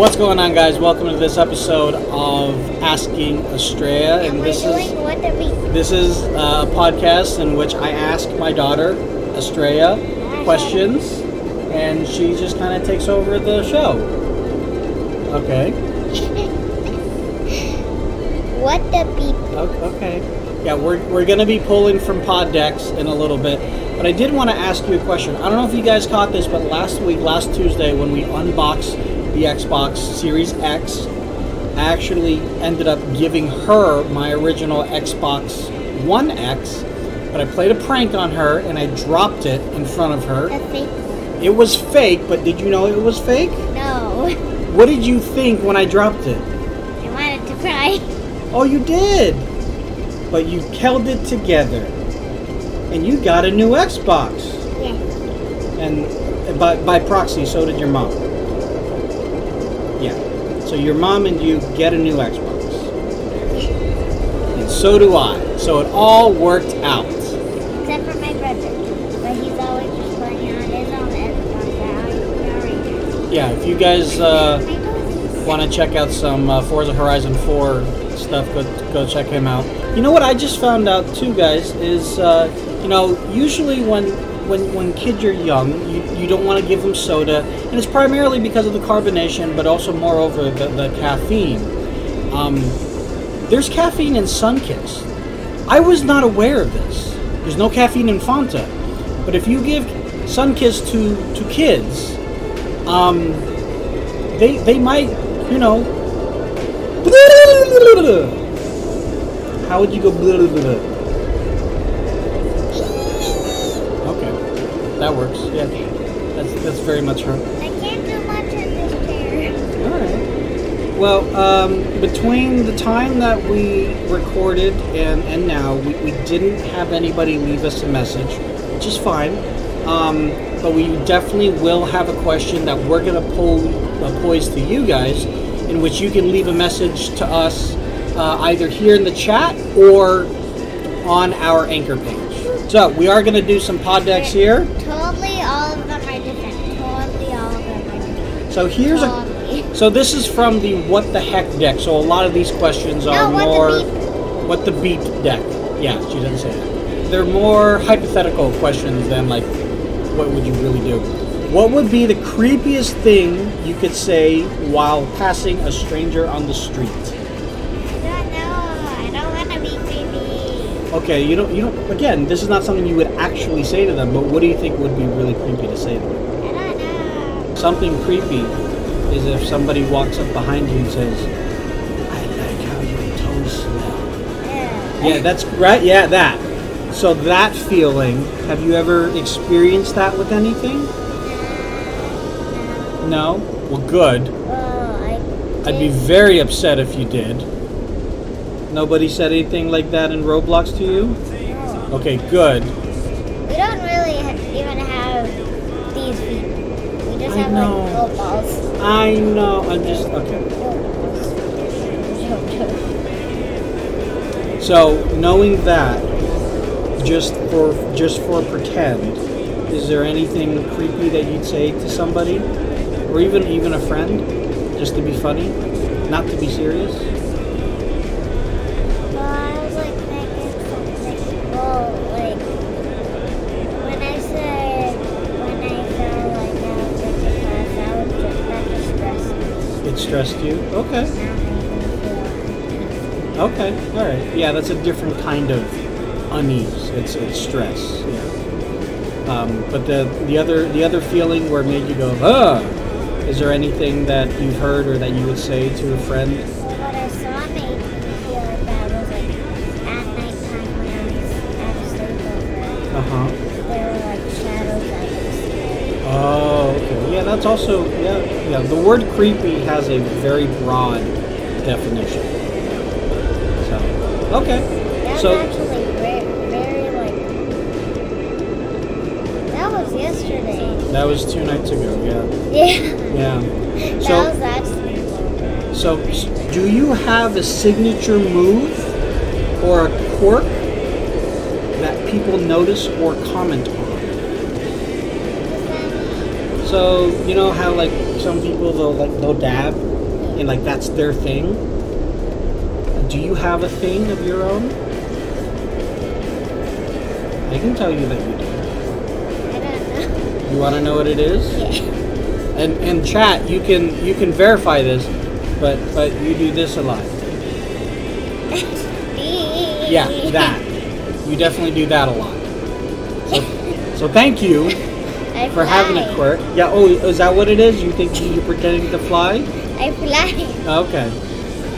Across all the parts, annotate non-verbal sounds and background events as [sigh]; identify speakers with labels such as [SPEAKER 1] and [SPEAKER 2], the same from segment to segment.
[SPEAKER 1] What's going on, guys? Welcome to this episode of Asking Australia, and
[SPEAKER 2] We're
[SPEAKER 1] this
[SPEAKER 2] doing
[SPEAKER 1] is
[SPEAKER 2] what the we
[SPEAKER 1] this is uh, a podcast in which I ask my daughter Australia questions, and she just kind of takes over the show. Okay.
[SPEAKER 2] [laughs] what the beep
[SPEAKER 1] O- Okay. Yeah, we're, we're going to be pulling from pod decks in a little bit. But I did want to ask you a question. I don't know if you guys caught this, but last week, last Tuesday, when we unboxed the Xbox Series X, I actually ended up giving her my original Xbox One X. But I played a prank on her and I dropped it in front of
[SPEAKER 2] the
[SPEAKER 1] her.
[SPEAKER 2] thing?
[SPEAKER 1] It was fake, but did you know it was fake?
[SPEAKER 2] No, [laughs]
[SPEAKER 1] What did you think when I dropped it?
[SPEAKER 2] I wanted to cry. [laughs]
[SPEAKER 1] Oh, you did. But you held it together, and you got a new Xbox,
[SPEAKER 2] Yes,
[SPEAKER 1] and by, by proxy, so did your mom. Yeah. So your mom and you get a new Xbox, and so do I. So it all worked out.
[SPEAKER 2] except for my brother, but he's always just playing on his own Xbox.
[SPEAKER 1] Yeah. If you guys uh,
[SPEAKER 2] Uh,
[SPEAKER 1] want to check out some uh, Forza Horizon 4 stuff, go go check him out. You know what I just found out too, guys, is uh, you know usually when when when kids are young, you, you don't want to give them soda, and it's primarily because of the carbonation, but also moreover the, the caffeine. Um, there's caffeine in Sunkist. I was not aware of this. There's no caffeine in Fanta, but if you give Sunkist to to kids, um, they they might, you know. How would you go? Okay, that works. Yeah, that's that's very much her.
[SPEAKER 2] I can't do much in this chair.
[SPEAKER 1] All right. Well, um, between the time that we recorded and, and now, we, we didn't have anybody leave us a message, which is fine. Um, but we definitely will have a question that we're going to pull uh, poise to you guys, in which you can leave a message to us uh, either here in the chat or on our anchor page. So we are going to do some pod decks here.
[SPEAKER 2] Totally all of them are different. Totally all of them are different.
[SPEAKER 1] So here's a.
[SPEAKER 2] Totally. [laughs]
[SPEAKER 1] So this is from the what the heck deck. So a lot of these questions are
[SPEAKER 2] No, what the
[SPEAKER 1] more
[SPEAKER 2] beep.
[SPEAKER 1] what the beat deck. Yeah, she doesn't say that. They're more hypothetical questions than like what would you really do? What would be the creepiest thing you could say while passing a stranger on the street?
[SPEAKER 2] No, no, I don't want to be creepy.
[SPEAKER 1] Okay, you don't you don't again, this is not something you would actually say to them, but what do you think would be really creepy to say to them?
[SPEAKER 2] I don't know.
[SPEAKER 1] Something creepy is if somebody walks up behind you and says, I like how your toes smell. Yeah, that's right. Yeah, that. So that feeling, have you ever experienced that with anything? No? Well, good.
[SPEAKER 2] Oh, I
[SPEAKER 1] I'd be very upset if you did. Nobody said anything like that in Roblox to you?
[SPEAKER 2] No.
[SPEAKER 1] Okay, good.
[SPEAKER 2] We don't really ha- even have these feet. We just
[SPEAKER 1] I
[SPEAKER 2] have
[SPEAKER 1] know.
[SPEAKER 2] like gold balls. [laughs]
[SPEAKER 1] I know. I'm just okay.
[SPEAKER 2] Gold balls.
[SPEAKER 1] So, knowing that just for just for pretend, is there anything creepy that you'd say to somebody or even even a friend just to be funny, not to be serious?
[SPEAKER 2] Well, I was like thinking something. Well, like when I said when I felt like I was in the class, I was just that just stressed.
[SPEAKER 1] It stressed you? Okay.
[SPEAKER 2] Now I even feel.
[SPEAKER 1] Okay. All right. Yeah, that's a different kind of unease. It's, it's stress. Yeah. Um, but the the other the other feeling where it made you go, ugh. Is there anything that you've heard or that you would say to a friend?
[SPEAKER 2] But I saw me feel like that was like at nighttime when I was at a sleepover.
[SPEAKER 1] Uh huh.
[SPEAKER 2] There were like shadows I could see.
[SPEAKER 1] Oh. Okay. Yeah. That's also yeah yeah. The word creepy has a very broad definition. So okay.
[SPEAKER 2] That
[SPEAKER 1] So
[SPEAKER 2] was actually very, very like. That was yesterday.
[SPEAKER 1] that was two nights ago. [laughs]
[SPEAKER 2] Yeah.
[SPEAKER 1] Yeah. Yeah. So-
[SPEAKER 2] that was actually.
[SPEAKER 1] So, s- do you have a signature move or a quirk that people notice or comment on?
[SPEAKER 2] Does that mean
[SPEAKER 1] So you know how like some people they'll like they'll dab, and like that's their thing. Do you have a thing of your own? I can tell you that you do.
[SPEAKER 2] I don't know.
[SPEAKER 1] You want to know what it is?
[SPEAKER 2] Yeah.
[SPEAKER 1] And and chat, you can you can verify this, but but you do this a lot. [laughs] Yeah,
[SPEAKER 2] [laughs]
[SPEAKER 1] that. You definitely do that a lot. So, so thank you
[SPEAKER 2] I
[SPEAKER 1] for having a
[SPEAKER 2] fly.
[SPEAKER 1] quirk. Yeah. Oh, is that what it is? You think you're pretending to fly?
[SPEAKER 2] I fly. [laughs]
[SPEAKER 1] Oh, Okay.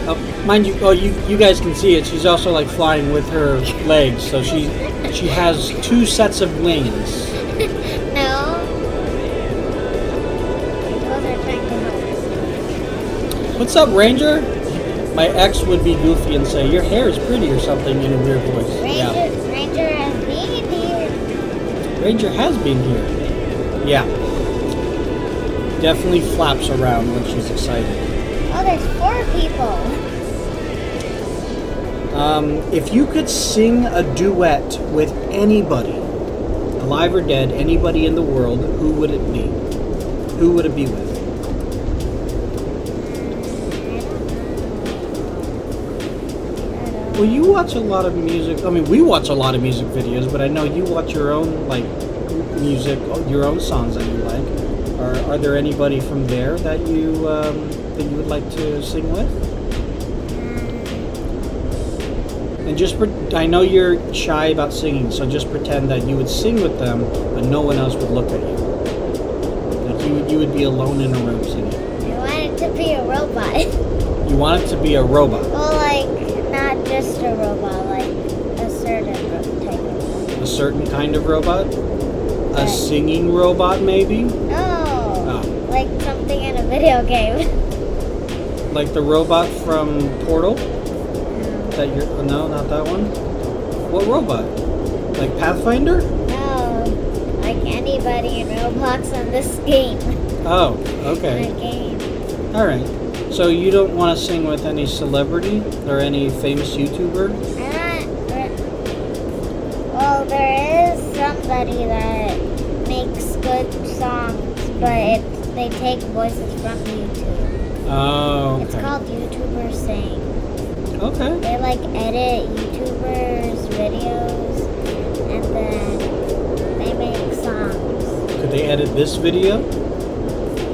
[SPEAKER 1] Uh, mind you, oh, you you guys can see it. She's also like flying with her legs, so she she has two sets of wings.
[SPEAKER 2] no. Those are trying
[SPEAKER 1] What's up, Ranger? My ex would be goofy and say, "Your hair is pretty" or something in a weird voice. Yeah.
[SPEAKER 2] Ranger, Ranger has been here.
[SPEAKER 1] Ranger has been here. Yeah. Definitely flaps around when she's excited.
[SPEAKER 2] Oh, there's four people.
[SPEAKER 1] Um, if you could sing a duet with anybody, alive or dead, anybody in the world, who would it be? Who would it be with? Well, you watch a lot of music. I mean, we watch a lot of music videos, but I know you watch your own like music, your own songs that you like. Are, are there anybody from there that you um, that you would like to sing with? And just pre- I know you're shy about singing, so just pretend that you would sing with them, but no one else would look at you. Like you, you would be alone in a room singing.
[SPEAKER 2] I wanted to be a robot. [laughs]
[SPEAKER 1] You want it to be a robot,
[SPEAKER 2] well, like, not just a robot, like a certain ro- type of
[SPEAKER 1] a certain kind of robot, a
[SPEAKER 2] Right.
[SPEAKER 1] singing robot maybe.
[SPEAKER 2] No.
[SPEAKER 1] Oh.
[SPEAKER 2] Like something in a video game. [laughs]
[SPEAKER 1] Like the robot from Portal? That you're oh, no, not that one. What robot? Like Pathfinder?
[SPEAKER 2] No. Like anybody in Roblox on this game. [laughs]
[SPEAKER 1] Oh,
[SPEAKER 2] In
[SPEAKER 1] okay.
[SPEAKER 2] a game.
[SPEAKER 1] All right. So you don't want to sing with any celebrity or any famous YouTuber?
[SPEAKER 2] I'm not re- well, there is somebody that makes good songs, but it, they take voices from YouTube.
[SPEAKER 1] Oh,
[SPEAKER 2] It's
[SPEAKER 1] okay.
[SPEAKER 2] called YouTuber Sing.
[SPEAKER 1] Okay.
[SPEAKER 2] They like edit YouTubers' videos and then they make songs.
[SPEAKER 1] Could they edit this video?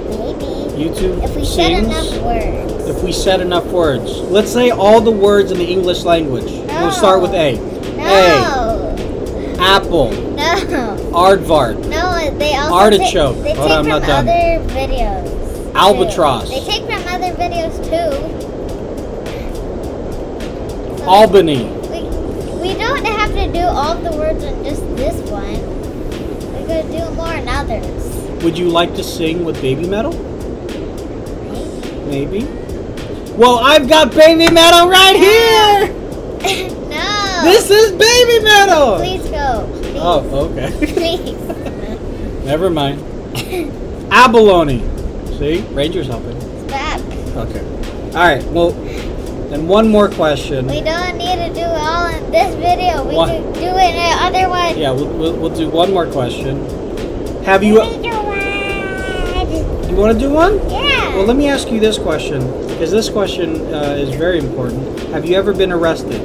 [SPEAKER 2] Maybe.
[SPEAKER 1] YouTube
[SPEAKER 2] If we said
[SPEAKER 1] sings.
[SPEAKER 2] enough words.
[SPEAKER 1] If we said enough words, let's say all the words in the English language. We'll start with A.
[SPEAKER 2] Oh. No.
[SPEAKER 1] Apple,
[SPEAKER 2] No.
[SPEAKER 1] aardvark,
[SPEAKER 2] No, they also
[SPEAKER 1] Artichoke.
[SPEAKER 2] Take, they
[SPEAKER 1] Hold
[SPEAKER 2] take
[SPEAKER 1] on, I'm
[SPEAKER 2] from
[SPEAKER 1] not done.
[SPEAKER 2] other videos. too.
[SPEAKER 1] albatross,
[SPEAKER 2] They take from other videos too. So
[SPEAKER 1] Albany.
[SPEAKER 2] we, we don't have to do all the words in just this one. We could do more in others. [laughs]
[SPEAKER 1] Would you like to sing with Baby Metal?
[SPEAKER 2] Maybe.
[SPEAKER 1] Maybe. Well, I've got baby metal right here.
[SPEAKER 2] no.
[SPEAKER 1] This is baby metal.
[SPEAKER 2] Please go. Please.
[SPEAKER 1] Oh, [laughs] okay.
[SPEAKER 2] Please.
[SPEAKER 1] Never mind. Abalone. See, Ranger's helping.
[SPEAKER 2] Stop.
[SPEAKER 1] Okay. All right. Well, then one more question.
[SPEAKER 2] We don't need to do it all in this video. We
[SPEAKER 1] What?
[SPEAKER 2] could do it in the other one.
[SPEAKER 1] Yeah, we'll, we'll, we'll do one more question. Have you?
[SPEAKER 2] Yeah.
[SPEAKER 1] You want to do one? Well,
[SPEAKER 2] Yeah.
[SPEAKER 1] let me ask you this question, because this question uh, is very important. Have you ever been arrested?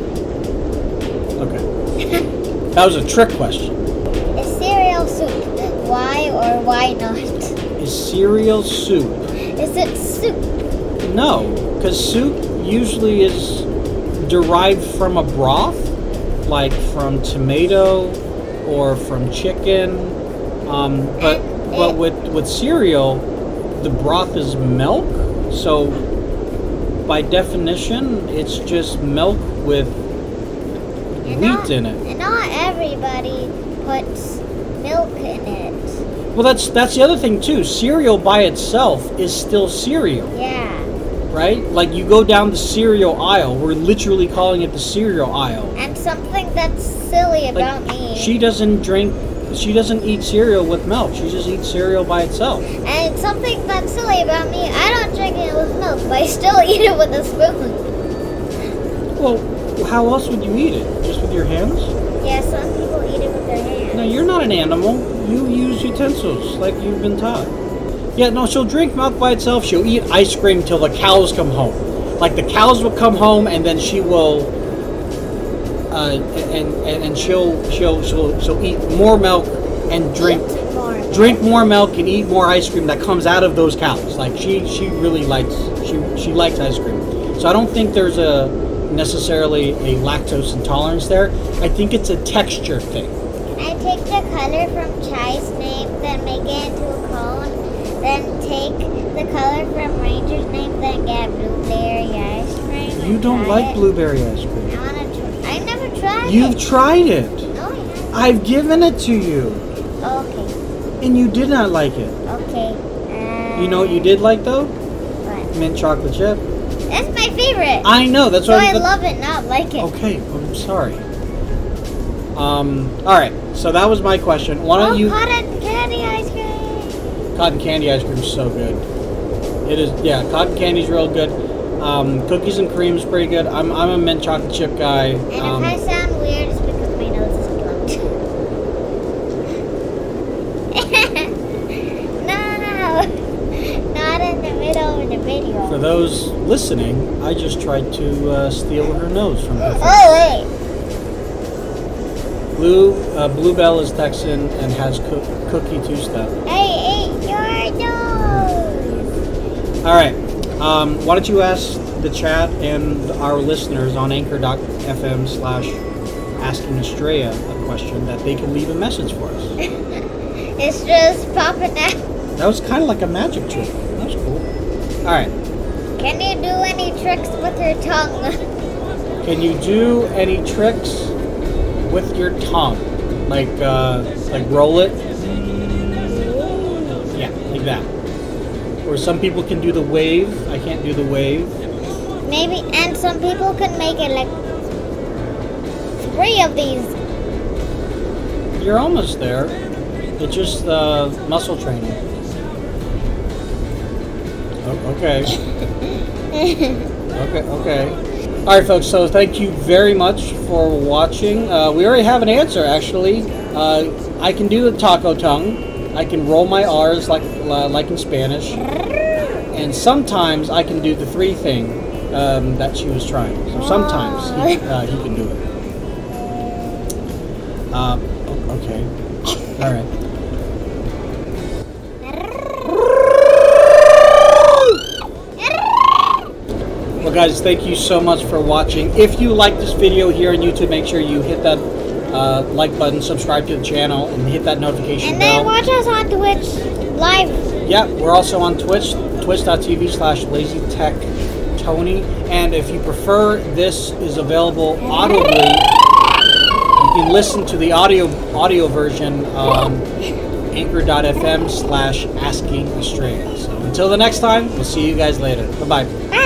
[SPEAKER 1] Okay. That was a trick question.
[SPEAKER 2] Is cereal soup? Why or why not?
[SPEAKER 1] Is cereal soup?
[SPEAKER 2] Is it soup?
[SPEAKER 1] No, because soup usually is derived from a broth, like from tomato or from chicken. Um, but but with with cereal, the broth is milk. So by definition, it's just milk with wheat in it.
[SPEAKER 2] And not everybody puts milk in it.
[SPEAKER 1] Well, that's that's the other thing too. Cereal by itself is still cereal.
[SPEAKER 2] Yeah.
[SPEAKER 1] right? Like you go down the cereal aisle. We're literally calling it the cereal aisle.
[SPEAKER 2] And something that's silly about
[SPEAKER 1] Like
[SPEAKER 2] me.
[SPEAKER 1] she doesn't drink, she doesn't eat cereal with milk. She just eats cereal by itself.
[SPEAKER 2] and something that's silly about me. I don't drink it with milk, but I still [laughs] eat it with a spoon.
[SPEAKER 1] Well, how else would you eat it? Just with your hands?
[SPEAKER 2] Yeah. Some people eat it with their hands.
[SPEAKER 1] No, you're not an animal. You use utensils like you've been taught. Yeah, no, she'll drink milk by itself. She'll eat ice cream till the cows come home. Like the cows will come home, and then she will, uh, and, and and she'll she'll she'll she'll eat more milk and drink
[SPEAKER 2] Eat more.
[SPEAKER 1] drink more milk and eat more ice cream that comes out of those cows. Like she she really likes she she likes ice cream. So I don't think there's a necessarily a lactose intolerance there. I think it's a texture thing.
[SPEAKER 2] Can I take the color from chai's name, then make it into a cone, then take the color from Ranger's name, then get blueberry ice cream. and
[SPEAKER 1] You don't
[SPEAKER 2] try
[SPEAKER 1] like
[SPEAKER 2] it?
[SPEAKER 1] blueberry ice cream.
[SPEAKER 2] I wanna try. I never tried
[SPEAKER 1] You've
[SPEAKER 2] it.
[SPEAKER 1] tried it.
[SPEAKER 2] Oh, yeah.
[SPEAKER 1] I've given it to you,
[SPEAKER 2] Okay.
[SPEAKER 1] and you did not like it.
[SPEAKER 2] Okay. Uh,
[SPEAKER 1] You know what you did like though?
[SPEAKER 2] what?
[SPEAKER 1] Mint chocolate chip.
[SPEAKER 2] That's my favorite.
[SPEAKER 1] I know. That's
[SPEAKER 2] so
[SPEAKER 1] what
[SPEAKER 2] I
[SPEAKER 1] that-
[SPEAKER 2] love it, not like it.
[SPEAKER 1] Okay, I'm sorry. Um. All right. So that was my question. Why don't
[SPEAKER 2] oh,
[SPEAKER 1] you?
[SPEAKER 2] cotton candy ice cream.
[SPEAKER 1] Cotton candy ice cream is so good. It is, yeah. Cotton candy's real good. Um, cookies and cream's pretty good. I'm, I'm a mint chocolate chip guy.
[SPEAKER 2] And
[SPEAKER 1] Um,
[SPEAKER 2] if I sound weird, it's because my nose is [laughs] plugged. no, not in the middle of the video.
[SPEAKER 1] for those listening, I just tried to uh, steal her nose from her. face.
[SPEAKER 2] Oh wait,
[SPEAKER 1] Blue uh, Bluebell is Texan and has cook, cookie two step.
[SPEAKER 2] I ate your nose.
[SPEAKER 1] All right. Um, why don't you ask the chat and our listeners on anchor.fm slash asking Estrella a question that they can leave a message for us?
[SPEAKER 2] It's just popping out.
[SPEAKER 1] That was kind of like a magic trick. That was cool. All right.
[SPEAKER 2] Can you do any tricks with your tongue?
[SPEAKER 1] Can you do any tricks with your tongue? Like, uh, like roll it? Yeah, like that. Or some people can do the wave. I can't do the wave.
[SPEAKER 2] Maybe, and some people can make it like three of
[SPEAKER 1] [laughs]
[SPEAKER 2] these. [laughs]
[SPEAKER 1] You're almost there. It's just uh, muscle training. O- Oh, Okay. Okay, okay. All right, folks. So thank you very much for watching. Uh, we already have an answer, actually. Uh, I can do the taco tongue. I can roll my R's like uh, like in Spanish, and sometimes I can do the three thing um, that she was trying.
[SPEAKER 2] Ah.
[SPEAKER 1] So sometimes he, uh, he can do it. Uh, o- okay. All right. Well, guys, thank you so much for watching. If you like this video here on YouTube, make sure you hit that uh, like button, subscribe to the channel, and hit that notification
[SPEAKER 2] And
[SPEAKER 1] bell.
[SPEAKER 2] then watch us on Twitch live.
[SPEAKER 1] Yeah, we're also on Twitch, twitch.tv slash lazytechtony. And if you prefer, this is available audibly. You can listen to the audio audio version um, on anchor.fm slash asking Australia. So until the next time, we'll see you guys later. Bye-bye.
[SPEAKER 2] Bye.